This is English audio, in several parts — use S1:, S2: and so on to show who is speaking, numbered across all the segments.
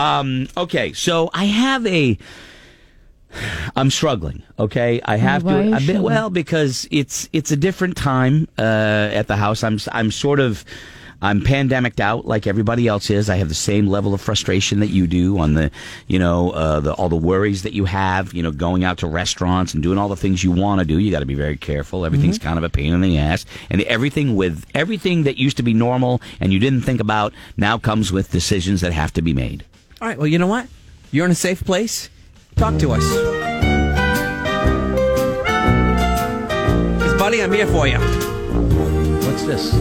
S1: Um, okay, so I have a. I'm struggling. Okay, I have
S2: Why are you
S1: to. I've been-
S2: struggling?
S1: well, because it's it's a different time uh, at the house. I'm s- I'm sort of I'm pandemicked out like everybody else is. I have the same level of frustration that you do on the you know uh, the all the worries that you have. You know, going out to restaurants and doing all the things you want to do. You got to be very careful. Everything's
S2: Mm-hmm.
S1: kind of a pain in the ass, and everything with everything that used to be normal and you didn't think about now comes with decisions that have to be made.
S3: All right. Well, you know what? You're in a safe place. Talk to us. Because, buddy, I'm here for you.
S1: What's this?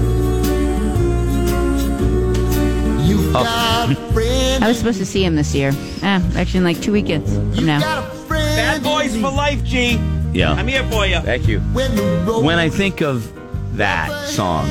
S4: You
S1: Oh.
S4: got a friend.
S2: I was supposed to see him this year. Ah, actually, in like two weekends from
S4: You
S2: now.
S4: got a friend.
S3: Bad boys for life, G.
S1: Yeah.
S3: I'm here for you.
S1: Thank you.
S4: When the road
S1: when I think of that song,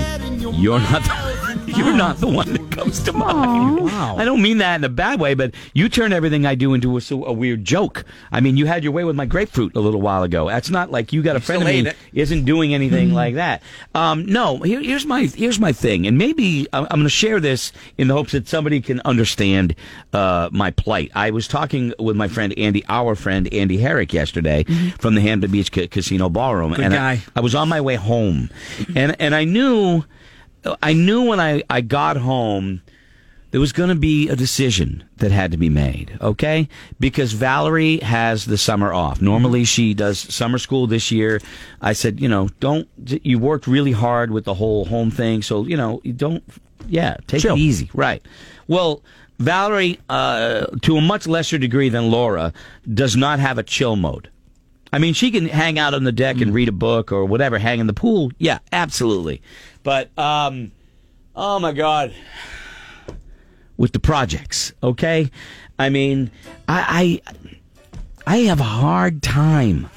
S1: you're not the, you're not the one that comes to mind.
S3: Wow.
S1: I don't mean that in a bad way, but you turn everything I do into a, so- a weird joke. I mean, you had your way with my grapefruit a little while ago. That's not like you got a friend of
S3: still
S1: mine
S3: ate it. Hmm.
S1: isn't doing anything like that. Um, no, here, here's my here's my thing, and maybe I'm, I'm going to share this in the hopes that somebody can understand uh, my plight. I was talking with my friend Andy, our friend Andy Herrick, yesterday from the Hampton Beach Ca- Casino Ballroom,
S3: Mm-hmm. Good
S1: and
S3: guy.
S1: I, I was on my way home, and and I knew, I knew when I I got home, there was going to be a decision that had to be made. Okay, because Valerie has the summer off. Normally she does summer school this year. I said, you know, don't you worked really hard with the whole home thing, so you know, you don't, yeah, take
S3: Chill.
S1: it easy, right? Well. Valerie, uh, to a much lesser degree than Laura, does not have a chill mode. I mean, she can hang out on the deck and read a book or whatever, hang in the pool. Yeah, absolutely. But, um, oh my God. With the projects, okay? I mean, I, I, I have a hard time.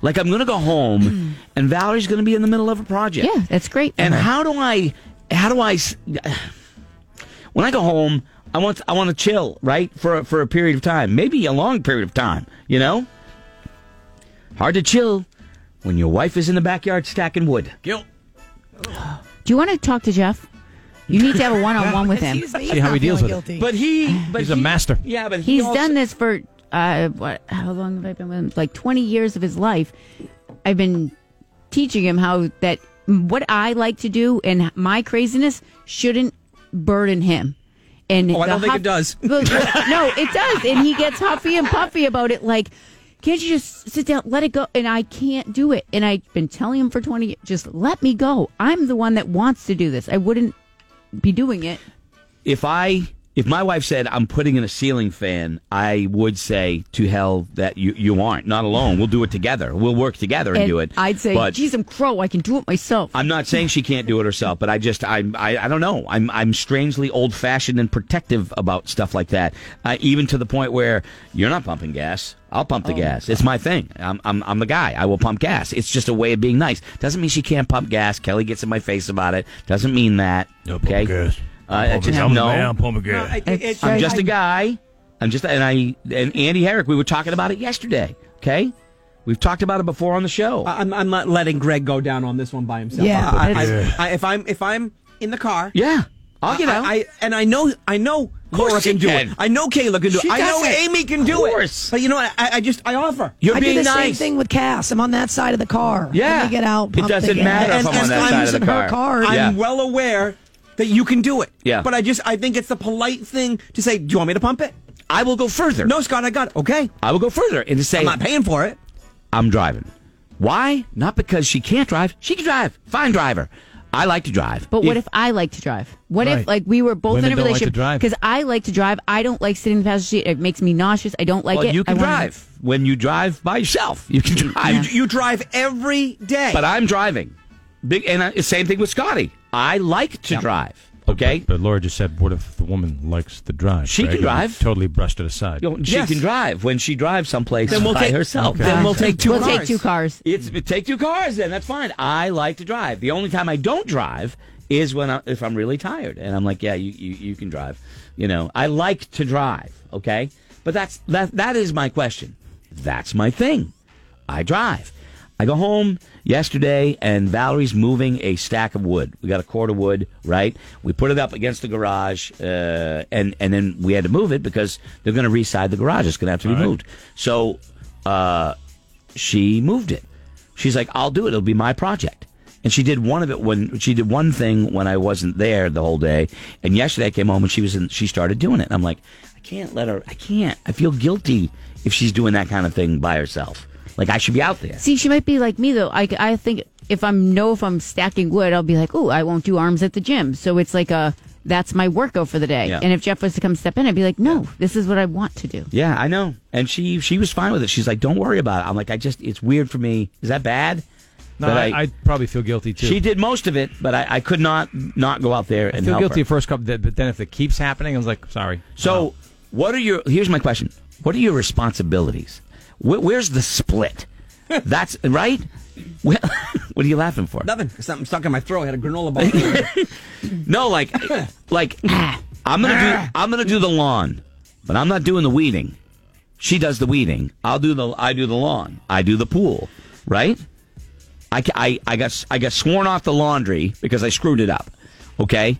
S1: Like, I'm going to go home and Valerie's going to be in the middle of a project.
S2: Yeah, that's great.
S1: And
S2: for her.
S1: how do I? How do I? s- When I go home, I want I want to chill right for for a period of time, maybe a long period of time. You know, hard to chill when your wife is in the backyard stacking wood.
S3: Guilt.
S2: Do you want to talk to Jeff? You need to have a one-on-one with him.
S5: See how he deals with it.
S1: But he, but
S5: He's a
S1: he-
S5: master.
S1: Yeah, but he
S2: He's
S1: also-
S2: done this for uh, what? How long have I been with him? Like twenty years of his life. I've been teaching him how that what I like to do and my craziness shouldn't burden him. And
S3: Oh, I
S2: the
S3: don't think it does.
S2: Look, no, it does, and he gets huffy and puffy about it. Like, can't you just sit down, let it go? And I can't do it. And I've been telling him for twenty. years, Just let me go. I'm the one that wants to do this. I wouldn't be doing it.
S1: If I. If my wife said I'm putting in a ceiling fan, I would say to hell that you, you aren't not alone. We'll do it together. We'll work together and,
S2: And
S1: do it.
S2: I'd say,
S1: But-
S2: geez, I'm crow. I can do it myself.
S1: I'm not saying she can't do it herself, but I just I'm I, I don't know. I'm I'm strangely old fashioned and protective about stuff like that. I, even to the point where you're not pumping gas. I'll pump the gas. It's Oh my thing. I'm, I'm I'm the guy. I will pump gas. It's just a way of being nice. Doesn't mean she can't pump gas. Kelly gets in my face about it. Doesn't mean that. okay. Uh,
S6: Oh,
S1: it's just, no.
S5: pumping
S3: No, I- it- it-
S1: I'm
S2: Right.
S1: just a guy. I'm just and I and Andy Herrick. We were talking about it yesterday. Okay. We've talked about it before on the show.
S5: Uh,
S3: I'm, I'm not letting Greg go down on this one by himself.
S2: Yeah,
S3: I, I-
S5: that's-
S3: I- if I'm if I'm in the car,
S1: yeah. I'll get
S3: I-
S1: out.
S3: I, I- and I know I know
S1: course
S3: Laura
S1: she
S3: can do
S1: can.
S3: it. I know Kayla can do
S1: She
S3: it. I
S1: does
S3: know
S1: it.
S3: Amy can
S1: Of
S3: do
S1: course.
S3: it. But you know what? I, I just I offer.
S1: You're
S5: I do
S1: being
S5: the
S1: nice.
S5: same thing with Cass. I'm on that side of the car.
S1: Yeah.
S5: Let me get out.
S1: It
S5: pump the
S1: doesn't
S5: gas.
S1: matter if
S3: I'm on that
S5: I'm
S3: side of the
S5: using
S1: car.
S5: her car.
S1: Yeah.
S3: I'm well aware that you can do it.
S1: Yeah.
S3: But I just I think it's the polite thing to say. Do you want me to pump it?
S1: I will go further.
S3: No, Scott. I got it. Okay.
S1: I will go further and to say
S3: I'm not paying for it.
S1: I'm driving. Why? Not because she can't drive. She can drive. Fine driver. I like to drive.
S2: But what if I like to drive? What if
S5: Right.
S2: like we were both in
S5: Women
S2: a
S5: don't like to
S2: relationship?
S5: drive.
S2: Because I like to drive. I don't like sitting in the passenger seat. It makes me nauseous. I don't like
S1: Well,
S2: it.
S1: you
S2: I
S1: can
S2: wanna-
S1: drive when you drive by yourself. You can drive.
S3: You drive every day.
S1: But I'm driving. Big and I, same thing with Scotty. I like to drive. Okay.
S6: But, but Laura just said, what if the woman likes to drive?
S1: She
S6: Greg?
S1: can drive.
S6: Totally brushed it aside.
S1: You know, she
S3: Yes.
S1: can drive when she drives someplace
S3: Then we'll
S1: by
S3: take-
S1: herself.
S3: Okay. Then we'll take two
S2: We'll
S3: cars.
S2: take two cars.
S1: It's take two cars then. That's fine. I like to drive. The only time I don't drive is when I, if I'm really tired and I'm like, yeah, you, you you can drive. You know, I like to drive. Okay, but that's that that is my question. That's my thing. I drive. I go home yesterday, and Valerie's moving a stack of wood. We got a cord of wood, right? We put it up against the garage, uh, and and then we had to move it because they're going to reside the garage. It's going to have to be
S6: All right.
S1: moved. So, uh, she moved it. She's like, I'll do it. It'll be my project. And she did one of it when she did one thing when I wasn't there the whole day. And yesterday I came home and she was in, she started doing it. And I'm like, I can't let her, I can't. I feel guilty if she's doing that kind of thing by herself. Like I should be out there.
S2: See, she might be like me though. I, I think if I'm know if I'm stacking wood, I'll be like, oh, I won't do arms at the gym. So it's like a that's my workout for the day.
S1: Yeah.
S2: And if Jeff was to come step in, I'd be like, no, this is what I want to do.
S1: Yeah, I know. And she she was fine with it. She's like, don't worry about it. I'm like, I just, it's weird for me. Is that bad?
S6: No,
S1: But
S6: I, I, would probably feel guilty too.
S1: she did most of it, but I, I could not not go out there
S6: I
S1: and
S6: feel
S1: help
S6: guilty
S1: her.
S6: the first couple, th- but then if it keeps happening, I was like, sorry.
S1: So,
S6: No.
S1: what are your? Here's my question: What are your responsibilities? Where, where's the split? That's right. Well, what are you laughing for?
S3: Nothing. Something stuck in my throat. I had a granola bar.
S1: No, like, like I'm gonna do I'm gonna do the lawn, but I'm not doing the weeding. She does the weeding. I'll do the I do the lawn. I do the pool. Right? I, ca- I, I got I got sworn off the laundry because I screwed it up. Okay,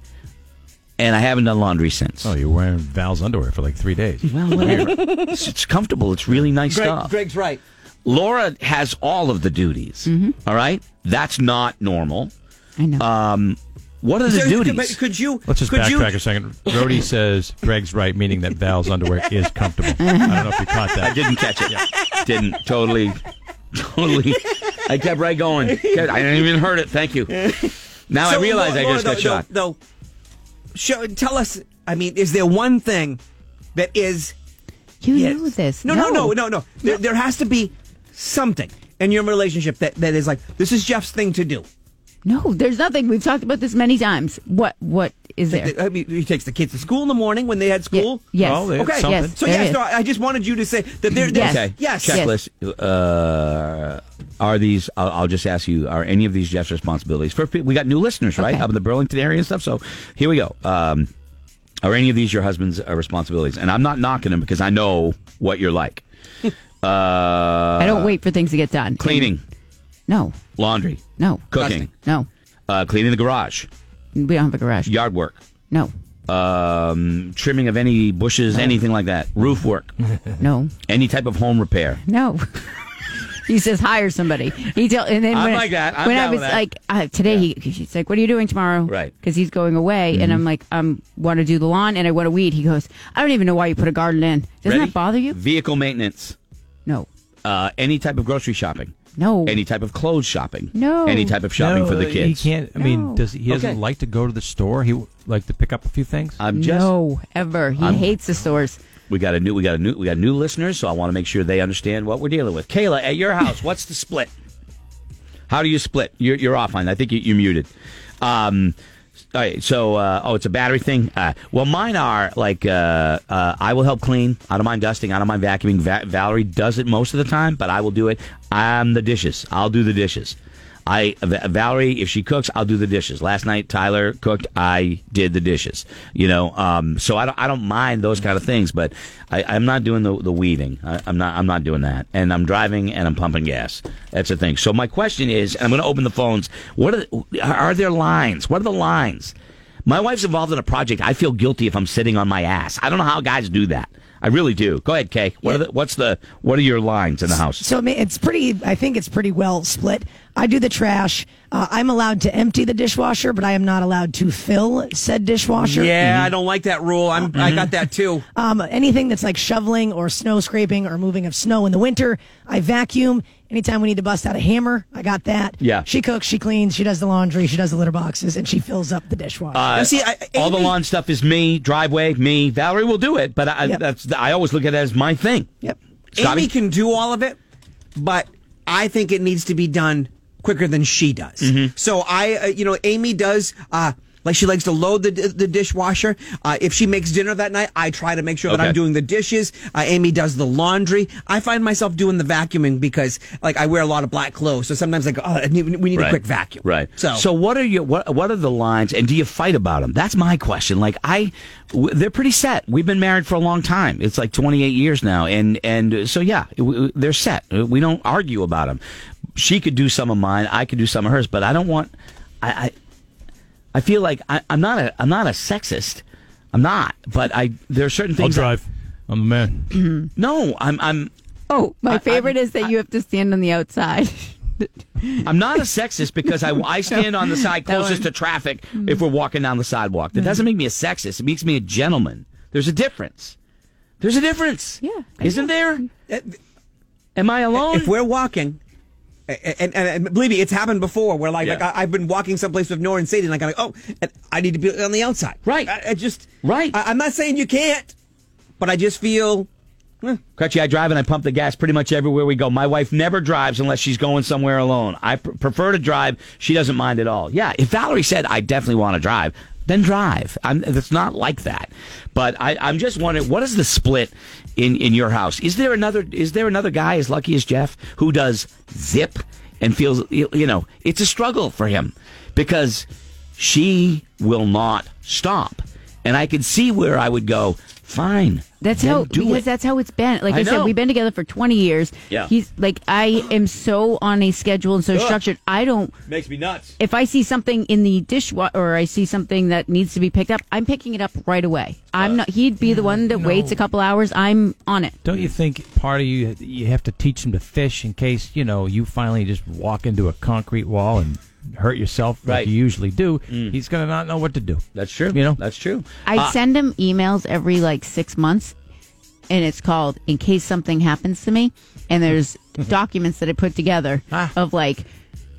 S1: and I haven't done laundry since.
S6: oh, you're wearing Val's underwear for like three days.
S1: Well, whatever. it's, it's comfortable. It's really nice
S3: Greg,
S1: stuff.
S3: Greg's right.
S1: Laura has all of the duties.
S3: Mm-hmm.
S1: all right, that's not normal. Um,
S2: I know.
S1: Uh, What are the
S3: So,
S1: duties?
S3: Could, could you?
S6: Let's just
S3: could you,
S6: backtrack a second. Brody says Greg's right, meaning that Val's underwear is comfortable. I don't know if you caught that.
S1: I didn't catch it. Didn't totally, totally. I kept right going. I didn't even heard it. Thank you. Now
S3: So,
S1: I realize I
S3: Laura,
S1: just
S3: though,
S1: got shot.
S3: Though, though, show, tell us. I mean, is there one thing that is?
S2: you
S3: yes.
S2: knew this.
S3: No, no, no, no, no. There, there has to be something in your relationship that, that is like this is Jeff's thing to do.
S2: No, there's nothing. We've talked about this many times. What what is there?
S3: I mean, he takes the kids to school in the morning when they had
S2: Ye-
S3: school.
S2: yes.
S6: Oh, there's
S3: Okay.
S6: something.
S2: Yes,
S3: So
S2: there
S3: yes,
S2: is.
S3: no, I just wanted you to say that there. there's-
S2: Yes.
S1: Okay.
S3: Yes.
S1: Checklist. Uh, are these? I'll, I'll just ask you. Are any of these Jeff's responsibilities? For we got new listeners, right,
S2: Okay.
S1: up in the Burlington area and stuff. So here we go. Um, are any of these your husband's uh, responsibilities? And I'm not knocking him because I know what you're like. Uh,
S2: I don't wait for things to get done.
S1: Cleaning,
S2: No,
S1: laundry,
S2: no.
S1: cooking,
S2: No,
S1: uh, cleaning the garage,
S2: we don't have a garage.
S1: yard work,
S2: No,
S1: um, trimming of any bushes, anything like that, roof work,
S2: no,
S1: any type of home repair.
S2: no. he says hire somebody. He tell and then
S1: I'm
S2: when,
S1: like that. I'm
S2: when I
S1: down
S2: was
S1: with that.
S2: like uh, today, he, he's like, "What are you doing tomorrow?"
S1: Right. Mm-hmm.
S2: Because he's going away, and I'm like, "I'm want to do the lawn and I want to weed." He goes, "I don't even know why you put a garden in.
S1: Ready?
S2: Doesn't that bother you?"
S1: Vehicle maintenance,
S2: No,
S1: uh, any type of grocery shopping.
S2: no.
S1: any type of clothes shopping.
S2: No.
S1: Any type of shopping
S6: No,
S1: for the
S6: He
S1: kids.
S6: can't. I mean,
S2: No.
S6: does he he doesn't
S1: Okay.
S6: like to go to the store? He w- like to pick up a few things.
S1: I'm just
S2: no, ever. He
S1: I'm-
S2: hates the stores.
S1: we got a new we got a new we got new listeners, so I want to make sure they understand what we're dealing with. Kayla, at your house, what's the split? How do you split? You're you're offline. I think you, you're muted. Um all right, so uh, oh, it's a battery thing. Uh, well, mine are like uh, uh, I will help clean. I don't mind dusting. I don't mind vacuuming. Va- Valerie does it most of the time, but I will do it. I'm the dishes. I'll do the dishes. I Va- Valerie, if she cooks, I'll do the dishes. Last night Tyler cooked, I did the dishes. You know, um, so I don't, I don't mind those kind of things, but I, I'm not doing the, the weeding. I, I'm not I'm not doing that, and I'm driving and I'm pumping gas. That's the thing. So my question is, and I'm going to open the phones. What are the, are there lines? What are the lines? My wife's involved in a project. I feel guilty if I'm sitting on my ass. I don't know how guys do that. I really do. Go ahead, Kay. What are the, what's the what are your lines in the house?
S5: So I mean, it's pretty. I think it's pretty well split. I do the trash. Uh, I'm allowed to empty the dishwasher, but I am not allowed to fill said dishwasher.
S3: Yeah,
S2: Mm-hmm.
S3: I don't like that rule. I'm. I got that too.
S5: Um, anything that's like shoveling or snow scraping or moving of snow in the winter, I vacuum. Anytime we need to bust out a hammer, I got that.
S1: Yeah.
S5: She cooks, she cleans, she does the laundry, she does the litter boxes, and she fills up the dishwasher.
S1: Uh,
S3: You see, I,
S1: all the
S3: Amy-
S1: lawn stuff is me. Driveway, me. Valerie will do it, but I,
S5: Yep.
S1: that's I always look at it as my thing.
S5: yep.
S1: Scotty?
S3: Amy can do all of it, but I think it needs to be done quicker than she does.
S1: Mm-hmm.
S3: So I, uh, you know, Amy does. Uh, like she likes to load the the dishwasher. Uh, if she makes dinner that night, I try to make sure that
S1: Okay.
S3: I'm doing the dishes. Uh, Amy does the laundry. I find myself doing the vacuuming because, like, I wear a lot of black clothes, so sometimes like, oh, I need, we need a quick vacuum.
S1: Right.
S3: So,
S1: so what are your what what are the lines, and do you fight about them? That's my question. Like I, w- they're pretty set. We've been married for a long time. It's like twenty eight years now, and and uh, so yeah, w- w- they're set. Uh, We don't argue about them. she could do some of mine. I could do some of hers. But I don't want. I I, I feel like I, I'm not a I'm not a sexist. I'm not. But I there are certain
S6: I'll
S1: things. that-
S6: drive. I'm a man.
S1: no, I'm I'm
S2: Oh, my
S1: I-
S2: favorite
S1: I'm-
S2: is that you have to stand on the outside.
S1: I'm not a sexist because I, I stand on the side
S2: That
S1: closest to
S2: one.
S1: traffic if we're walking down the sidewalk. That doesn't make me a sexist. It makes me a gentleman. There's a difference. There's a difference.
S2: Yeah, I
S1: Isn't there? Am I alone?
S3: if we're walking, and, and, and believe me, it's happened before where like,
S1: Yeah.
S3: like I, I've been walking someplace with Nora and Sadie, and like I'm like, oh, and I need to be on the outside.
S1: Right.
S3: I, I just
S1: Right.
S3: I, I'm not saying you can't, but I just feel
S1: Crutchy, I drive and I pump the gas pretty much everywhere we go. My wife never drives unless she's going somewhere alone. I pr- prefer to drive. She doesn't mind at all. Yeah, if Valerie said, I definitely want to drive, then drive. I'm, it's not like that. But I, I'm just wondering, what is the split in, in your house? Is there another Is there another guy as lucky as Jeff who does zip and feels, you you know, it's a struggle for him because she will not stop. And I could see where I would go, fine.
S2: That's
S1: then
S2: how
S1: do
S2: because
S1: it.
S2: that's how it's been. Like
S1: I
S2: I,
S1: know.
S2: said, we've been together for twenty years.
S1: Yeah.
S2: He's like I am so on a schedule and so structured. I don't
S1: makes me nuts.
S2: if I see something in the dishwasher or I see something that needs to be picked up, I'm picking it up right away. I'm not. He'd be the one that waits a couple hours. I'm on it.
S6: Don't you think part of you you have to teach them to fish in case you know you finally just walk into a concrete wall and hurt yourself
S1: Right. Mm.
S6: like you usually do? He's gonna not know what to do.
S1: That's true.
S6: You know,
S1: that's true. Uh,
S2: I send him emails every like six months, and it's called "In Case Something Happens to Me." And there's documents that I put together
S6: Ah.
S2: of like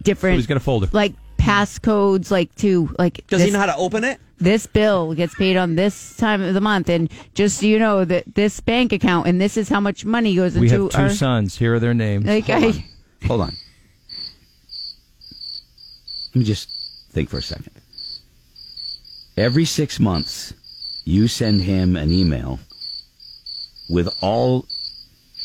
S2: different.
S6: So he's got a folder.
S2: like passcodes, like to like.
S3: does he
S2: this-
S3: know how to open it?
S2: this bill gets paid on this time of the month, and just so you know that this bank account and this is how much money goes
S6: we
S2: into
S6: have two
S2: our.
S6: sons. Here are their names.
S2: like
S1: Hold
S2: I,
S1: on. Hold on. Let me just think for a second. Every six months, you send him an email with all,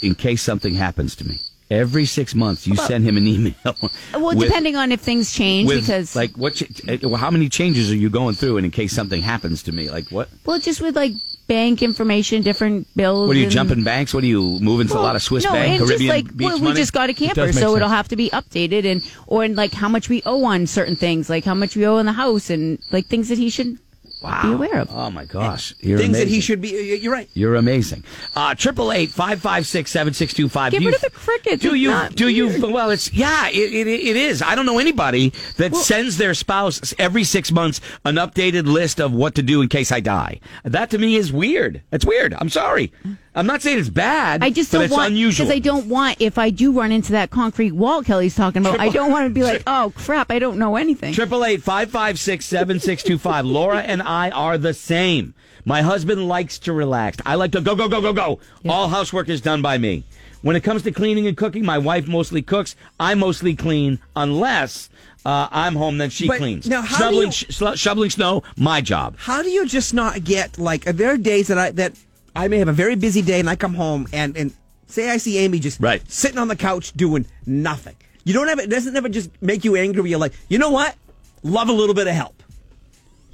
S1: in case something happens to me. Every six months, you send him an email.
S2: well,
S1: with-
S2: depending on if things change,
S1: with,
S2: because
S1: like what? Ch- uh, well, how many changes are you going through? And in case something happens to me, like what?
S2: well, just with like bank information, different bills.
S1: What are you
S2: and-
S1: jumping banks? What are you moving to a
S2: Well,
S1: lot of Swiss
S2: no,
S1: bank,
S2: and
S1: Caribbean
S2: just like
S1: beach
S2: well,
S1: money?
S2: we just got a camper,
S6: make
S2: so it'll
S6: sense.
S2: have to be updated and or and like how much we owe on certain things, like how much we owe on the house and like things that he should be aware of.
S1: Oh my gosh, You're
S3: Things that he
S1: amazing.
S3: should be. You're right.
S1: You're amazing. Uh, Triple eight five five six seven six two five.
S2: Get rid of the crickets.
S1: Do
S2: It's
S1: you?
S2: not
S1: do
S2: weird.
S1: you? Well, it's yeah. It, it, it is. I don't know anybody that sends their spouse every six months an updated list of what to do in case I die. That to me is weird. It's weird. I'm sorry. I'm not saying it's bad.
S2: I just
S1: but
S2: don't
S1: it's
S2: want
S1: unusual.
S2: because I don't want if I do run into that concrete wall Kelly's talking about. I don't want to be like, oh crap, I don't know anything.
S1: Triple eight five five six seven six two five. Laura and I are the same. My husband likes to relax. I like to go go go go go. All housework is done by me. When it comes to cleaning and cooking, my wife mostly cooks. I mostly clean, unless uh, I'm home. Then she
S3: But
S1: cleans.
S3: now how do
S1: shoveling,
S3: you-
S1: sh- sl- shoveling snow, my job.
S3: How do you just not get like? Are there days that I that I may have a very busy day and I come home and and say I see Amy just
S1: Right.
S3: sitting on the couch doing nothing. You don't have it. Doesn't ever just make you angry. where You're like, you know what? Love a little bit of help.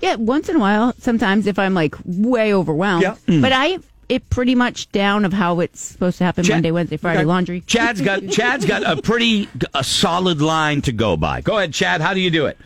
S2: Yeah, once in a while, sometimes if I'm like way overwhelmed.
S3: Yeah.
S6: Mm.
S2: But I it pretty much down of how it's supposed to happen
S1: Chad-
S2: Monday, Wednesday, Friday,
S1: Okay.
S2: laundry.
S1: Chad's got Chad's got a pretty a solid line to go by. Go ahead, Chad. How do you do it?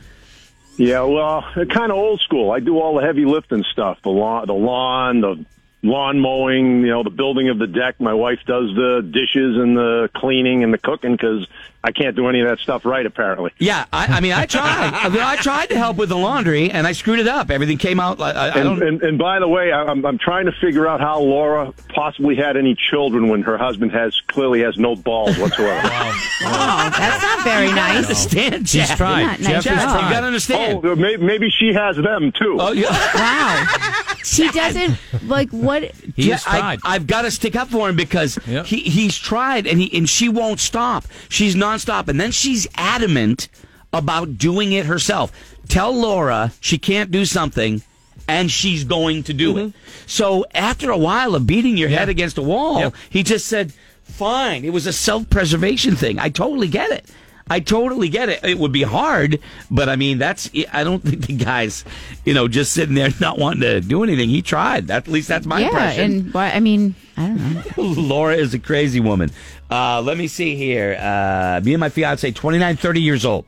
S7: Yeah, well, kind of old school. I do all the heavy lifting stuff, the lawn, the lawn, the lawn mowing, you know, the building of the deck. My wife does the dishes and the cleaning and the cooking because I can't do any of that stuff right, apparently.
S1: Yeah, I, I mean, I tried. I, mean, I tried to help with the laundry, and I screwed it up. Everything came out. like- I, I
S7: And,
S1: don't.
S7: and, and by the way, I- I'm, I'm trying to figure out how Laura possibly had any children when her husband has clearly has no balls whatsoever.
S2: Oh, that's not very nice.
S1: understand, Jeff.
S6: He's tried.
S2: Not nice at
S6: Jeff is
S2: all.
S1: Jeff, you
S6: tried.
S1: gotta understand.
S7: oh, may- maybe she has them too.
S1: Oh, yeah.
S2: Wow. She doesn't like what
S6: He's
S1: Yeah,
S6: tried.
S1: I, I've got to stick up for him because
S6: Yep.
S1: he, he's tried, and he and she won't stop. She's nonstop, and then she's adamant about doing it herself. Tell Laura she can't do something, and she's going to do it. So after a while of beating your head against a wall,
S6: Yep.
S1: he just said, "Fine." It was a self-preservation thing. I totally get it. I totally get it. It would be hard, but I mean, that's. I don't think the guy's, you know, just sitting there not wanting to do anything. He tried. That, at least that's my
S2: yeah,
S1: impression.
S2: and why? I mean, I don't know.
S1: Laura is a crazy woman. Uh, let me see here. Uh, me and my fiance, 29, 30 years old.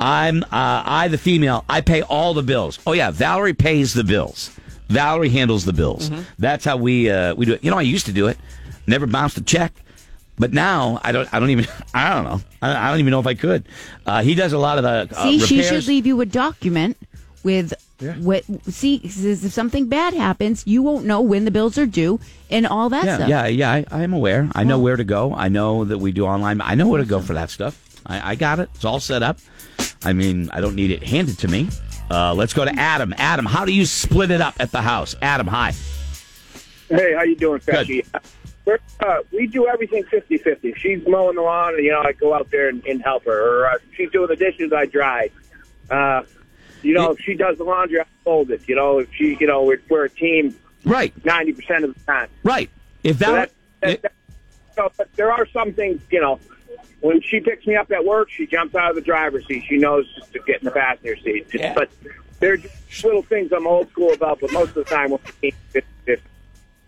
S1: I'm uh, I, the female. I pay all the bills. Oh yeah, Valerie pays the bills. Valerie handles the bills.
S2: Mm-hmm.
S1: That's how we uh, we do it. You know, I used to do it. Never bounced a check. But now I don't. I don't even. I don't know. I, I don't even know if I could. Uh, he does a lot of the uh,
S2: See, she
S1: repairs.
S2: should leave you a document with what. See, 'cause if something bad happens, you won't know when the bills are due and all that
S1: yeah,
S2: stuff.
S1: yeah, yeah. I, I am aware. I know where to go. I know that we do online. I know where to go for that stuff. I, I got it. It's all set up. I mean, I don't need it handed to me. Uh, let's go to Adam. Adam, how do you split it up at the house? Adam, hi.
S8: Hey, how you doing,
S1: Good.
S8: Fetchy? We're, uh, we do everything 50-50. If She's mowing the lawn, you know, I go out there and, and help her. Or uh, if she's doing the dishes, I dry. Uh, you know, if she does the laundry, I fold it. You know, if she, you know, we're, we're a team
S1: Right,
S8: 90% of the time.
S1: right. If
S8: So
S1: that,
S8: that, that, that, so, but there are some things, you know, when she picks me up at work, she jumps out of the driver's seat. She knows to get in the passenger seat. Just,
S1: Yeah.
S8: But they're just little things I'm old school about, but most of the time we're 50-50.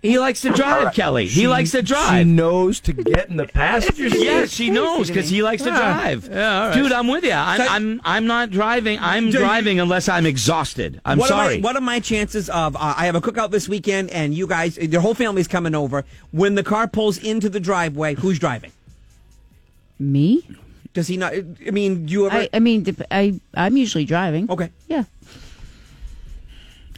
S1: he likes to drive, Kelly. He likes to
S6: She
S1: drive.
S6: knows to get in the passenger seat.
S1: Yes, she knows because he likes to drive.
S6: Yeah, all right.
S1: Dude, I'm with you. I'm, I'm I'm not driving. I'm driving unless I'm exhausted. I'm
S3: what
S1: sorry.
S3: Are my, what are my chances of? Uh, I have a cookout this weekend, and you guys, your whole family's coming over. When the car pulls into the driveway, who's driving?
S2: Me?
S3: Does he not? I mean, do you ever?
S2: I, I mean, dep- I I'm usually driving.
S3: Okay.
S2: Yeah.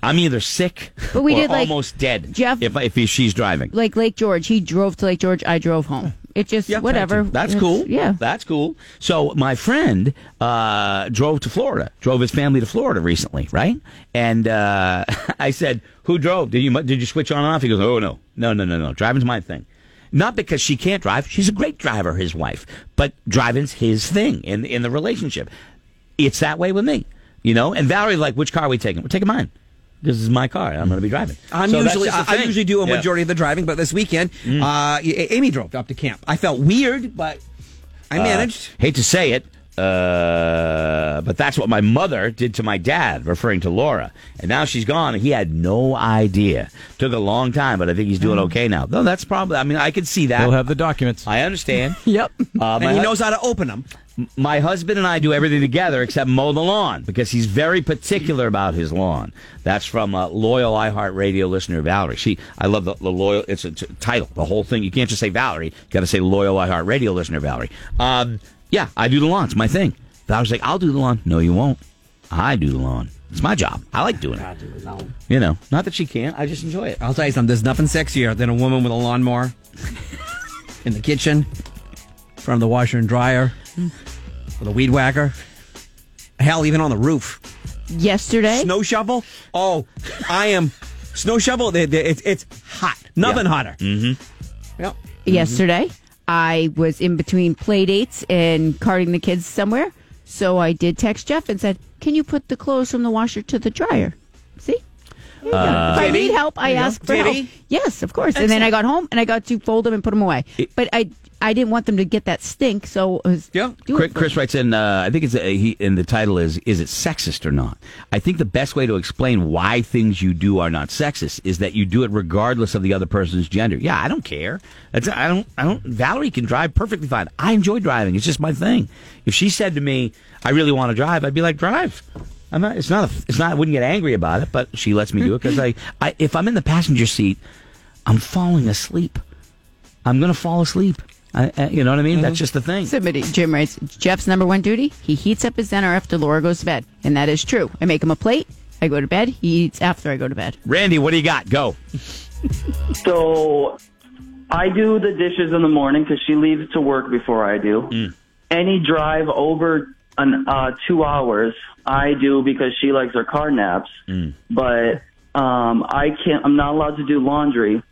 S1: I'm either sick
S2: But we
S1: or
S2: did, like,
S1: almost dead.
S2: Jeff-
S1: if I- if he- she's driving.
S2: Like Lake George, he drove to Lake George. I drove home. It just
S3: Yeah,
S2: whatever.
S1: That's
S2: It's-
S1: cool.
S2: Yeah.
S1: that's cool. So my friend uh, drove to Florida, drove his family to Florida recently, right? And uh, I said, "Who drove? Did you did you switch on and off?" He goes, "Oh no, no, no, no, no. Driving's my thing." Not because she can't drive; she's a great driver, his wife. But driving's his thing in in the relationship. It's that way with me, you know. And Valerie, like, which car are we taking? We're taking mine. This is my car. I'm going to be driving.
S3: I'm
S1: So that's
S3: usually I,
S1: just the
S3: I
S1: thing.
S3: usually do a
S1: Yeah. Mm.
S3: majority of the driving, but this weekend, uh, A- Amy drove up to camp. I felt weird, but I
S1: Uh,
S3: managed.
S1: hate to say it, uh, but that's what my mother did to my dad, referring to Laura. And now she's gone, and he had no idea. Took a long time, but I think he's doing okay now. No, that's probably. I mean, I could see that.
S6: He'll have the documents.
S1: I understand.
S2: Yep.
S1: Uh, my
S3: and he
S1: hu-
S3: knows how to open them.
S1: my husband and I do everything together except mow the lawn because he's very particular about his lawn. That's from uh, loyal iHeartRadio listener Valerie. She, I love the, the loyal. It's a t- title, the whole thing. You can't just say Valerie. You got to say loyal iHeartRadio listener Valerie. Um, yeah, I do the lawn. It's my thing. Valerie's like, I'll do the lawn. No, you won't. I do the lawn. It's my job. I like doing it. You know, not that she can't. I just enjoy it.
S3: I'll tell you something. There's nothing sexier than a woman with a lawnmower in the kitchen, in front of the washer and dryer,
S1: Mm.
S3: with a weed whacker. Hell, even on the roof.
S2: Yesterday.
S3: Snow shovel. Oh, I am snow shovel. they- they- It's it's hot. Nothing hotter.
S1: Mm-hmm.
S3: Mm-hmm.
S2: yesterday. I was in between play dates and carting the kids somewhere. So I did text Jeff and said, Can you put the clothes from the washer to the dryer? See? There you go. if I
S3: Did he?
S2: need help, I
S3: Uh, There you go.
S2: ask for
S3: Did
S2: help.
S3: he?
S2: Yes, of course. And then I got home and I got to fold them and put them away. but I I didn't want them to get that stink, so I was
S3: Yeah.
S2: doing
S1: Chris,
S2: it for
S1: Chris
S2: them.
S1: writes in. Uh, I think it's uh he, and the title is "Is it sexist or not?" I think the best way to explain why things you do are not sexist is that you do it regardless of the other person's gender. Yeah, I don't care. That's, I don't. I don't. Valerie can drive perfectly fine. I enjoy driving. It's just my thing. If she said to me, "I really want to drive," I'd be like, "Drive." I'm not. It's not. A, it's not. I wouldn't get angry about it, but she lets me do it because I, I. If I'm in the passenger seat, I'm falling asleep. I'm gonna fall asleep. I, I, you know what I mean? That's just the thing.
S2: Somebody, Jim writes, Jeff's number one duty, he heats up his dinner after Laura goes to bed. And that is true. I make him a plate, I go to bed, he eats after I go to bed.
S1: Randy, what do you got? Go.
S9: So I do the dishes in the morning 'cause she leaves to work before I do. Any drive over an uh, two hours, I do because she likes her car naps. But um, I can't. I'm not allowed to do laundry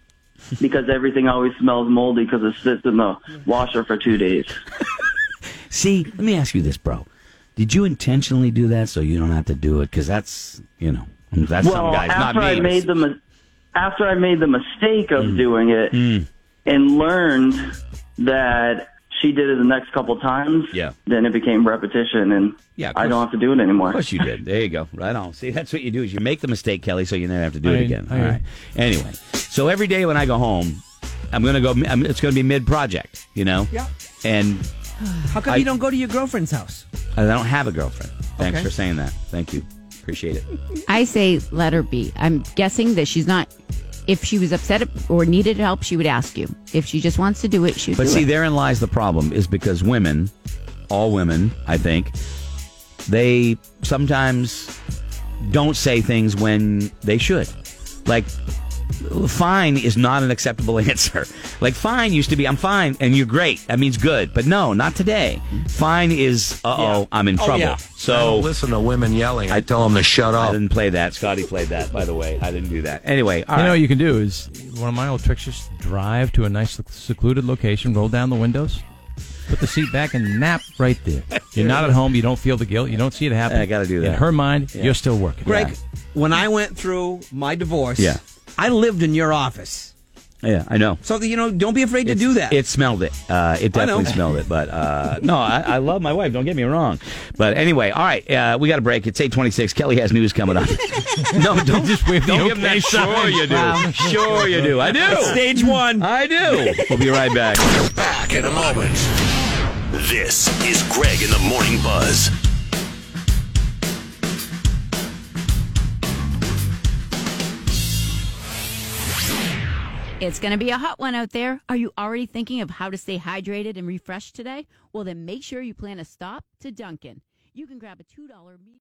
S9: because everything always smells moldy 'cause it sits in the washer for two days.
S1: See, let me ask you this, bro. Did you intentionally do that so you don't have to do it? Because that's, you know, that's some
S9: well,
S1: guys, not
S9: after
S1: me. Mm.
S9: I made the mis- after I made the mistake of doing it and learned that she did it the next couple times.
S1: Yeah.
S9: Then it became repetition, and
S1: Yeah, of
S9: I don't
S1: course.
S9: have to do it anymore.
S1: Of course you did. There you go. Right on. See, that's what you do is you make the mistake, Kelly, so you never have to do
S6: I-
S1: it again.
S6: I-
S1: All right. Anyway, so every day when I go home, I'm gonna go. I'm, it's gonna be mid project, you know.
S3: Yeah.
S1: And
S3: How come
S1: I-
S3: you don't go to your girlfriend's house?
S1: I don't have a girlfriend. Thanks
S3: Okay.
S1: for saying that. Thank you. Appreciate it.
S2: I say let her be. I'm guessing that she's not. If she was upset or needed help, she would ask you. If she just wants to do it, she would.
S1: But
S2: do
S1: see,
S2: it.
S1: therein lies the problem, is because women, all women, I think, they sometimes don't say things when they should. Like, fine is not an acceptable answer. Like, fine used to be, I'm fine, and you're great. That means good. But no, not today. Fine is, uh oh,
S3: Yeah.
S1: I'm in
S3: Oh,
S1: trouble.
S3: yeah.
S1: So.
S4: listen to women yelling. I tell them to shut
S1: I
S4: up.
S1: didn't play that. Scotty played that, by the way. I didn't do that. Anyway, all
S6: you know
S1: right.
S6: what you can do is one of my old tricks is drive to a nice secluded location, roll down the windows, put the seat back, and nap right there. You're not at home. You don't feel the guilt. You don't see it happen.
S1: I gotta do that.
S6: In her mind, you're still working.
S3: Greg, when I went through my divorce,
S1: Yeah.
S3: I lived in your office.
S1: yeah, I know.
S3: So, you know, don't be afraid to
S1: It's-
S3: do that.
S1: It smelled it. Uh, it
S3: I know.
S1: definitely smelled it. But uh, no, I, I love my wife. Don't get me wrong. But anyway, all right, uh, we got a break. It's eight twenty six. Kelly has news coming up. no, don't just wave
S6: the
S1: don't give him
S6: okay
S1: that. Sure you do. Sure you do. I do.
S3: Stage one.
S1: I do. We'll be right back.
S10: Back in a moment. This is Greg in the Morning Buzz.
S2: It's going to be a hot one out there. Are you already thinking of how to stay hydrated and refreshed today? Well, then make sure you plan a stop to Dunkin'. You can grab a $2 meal.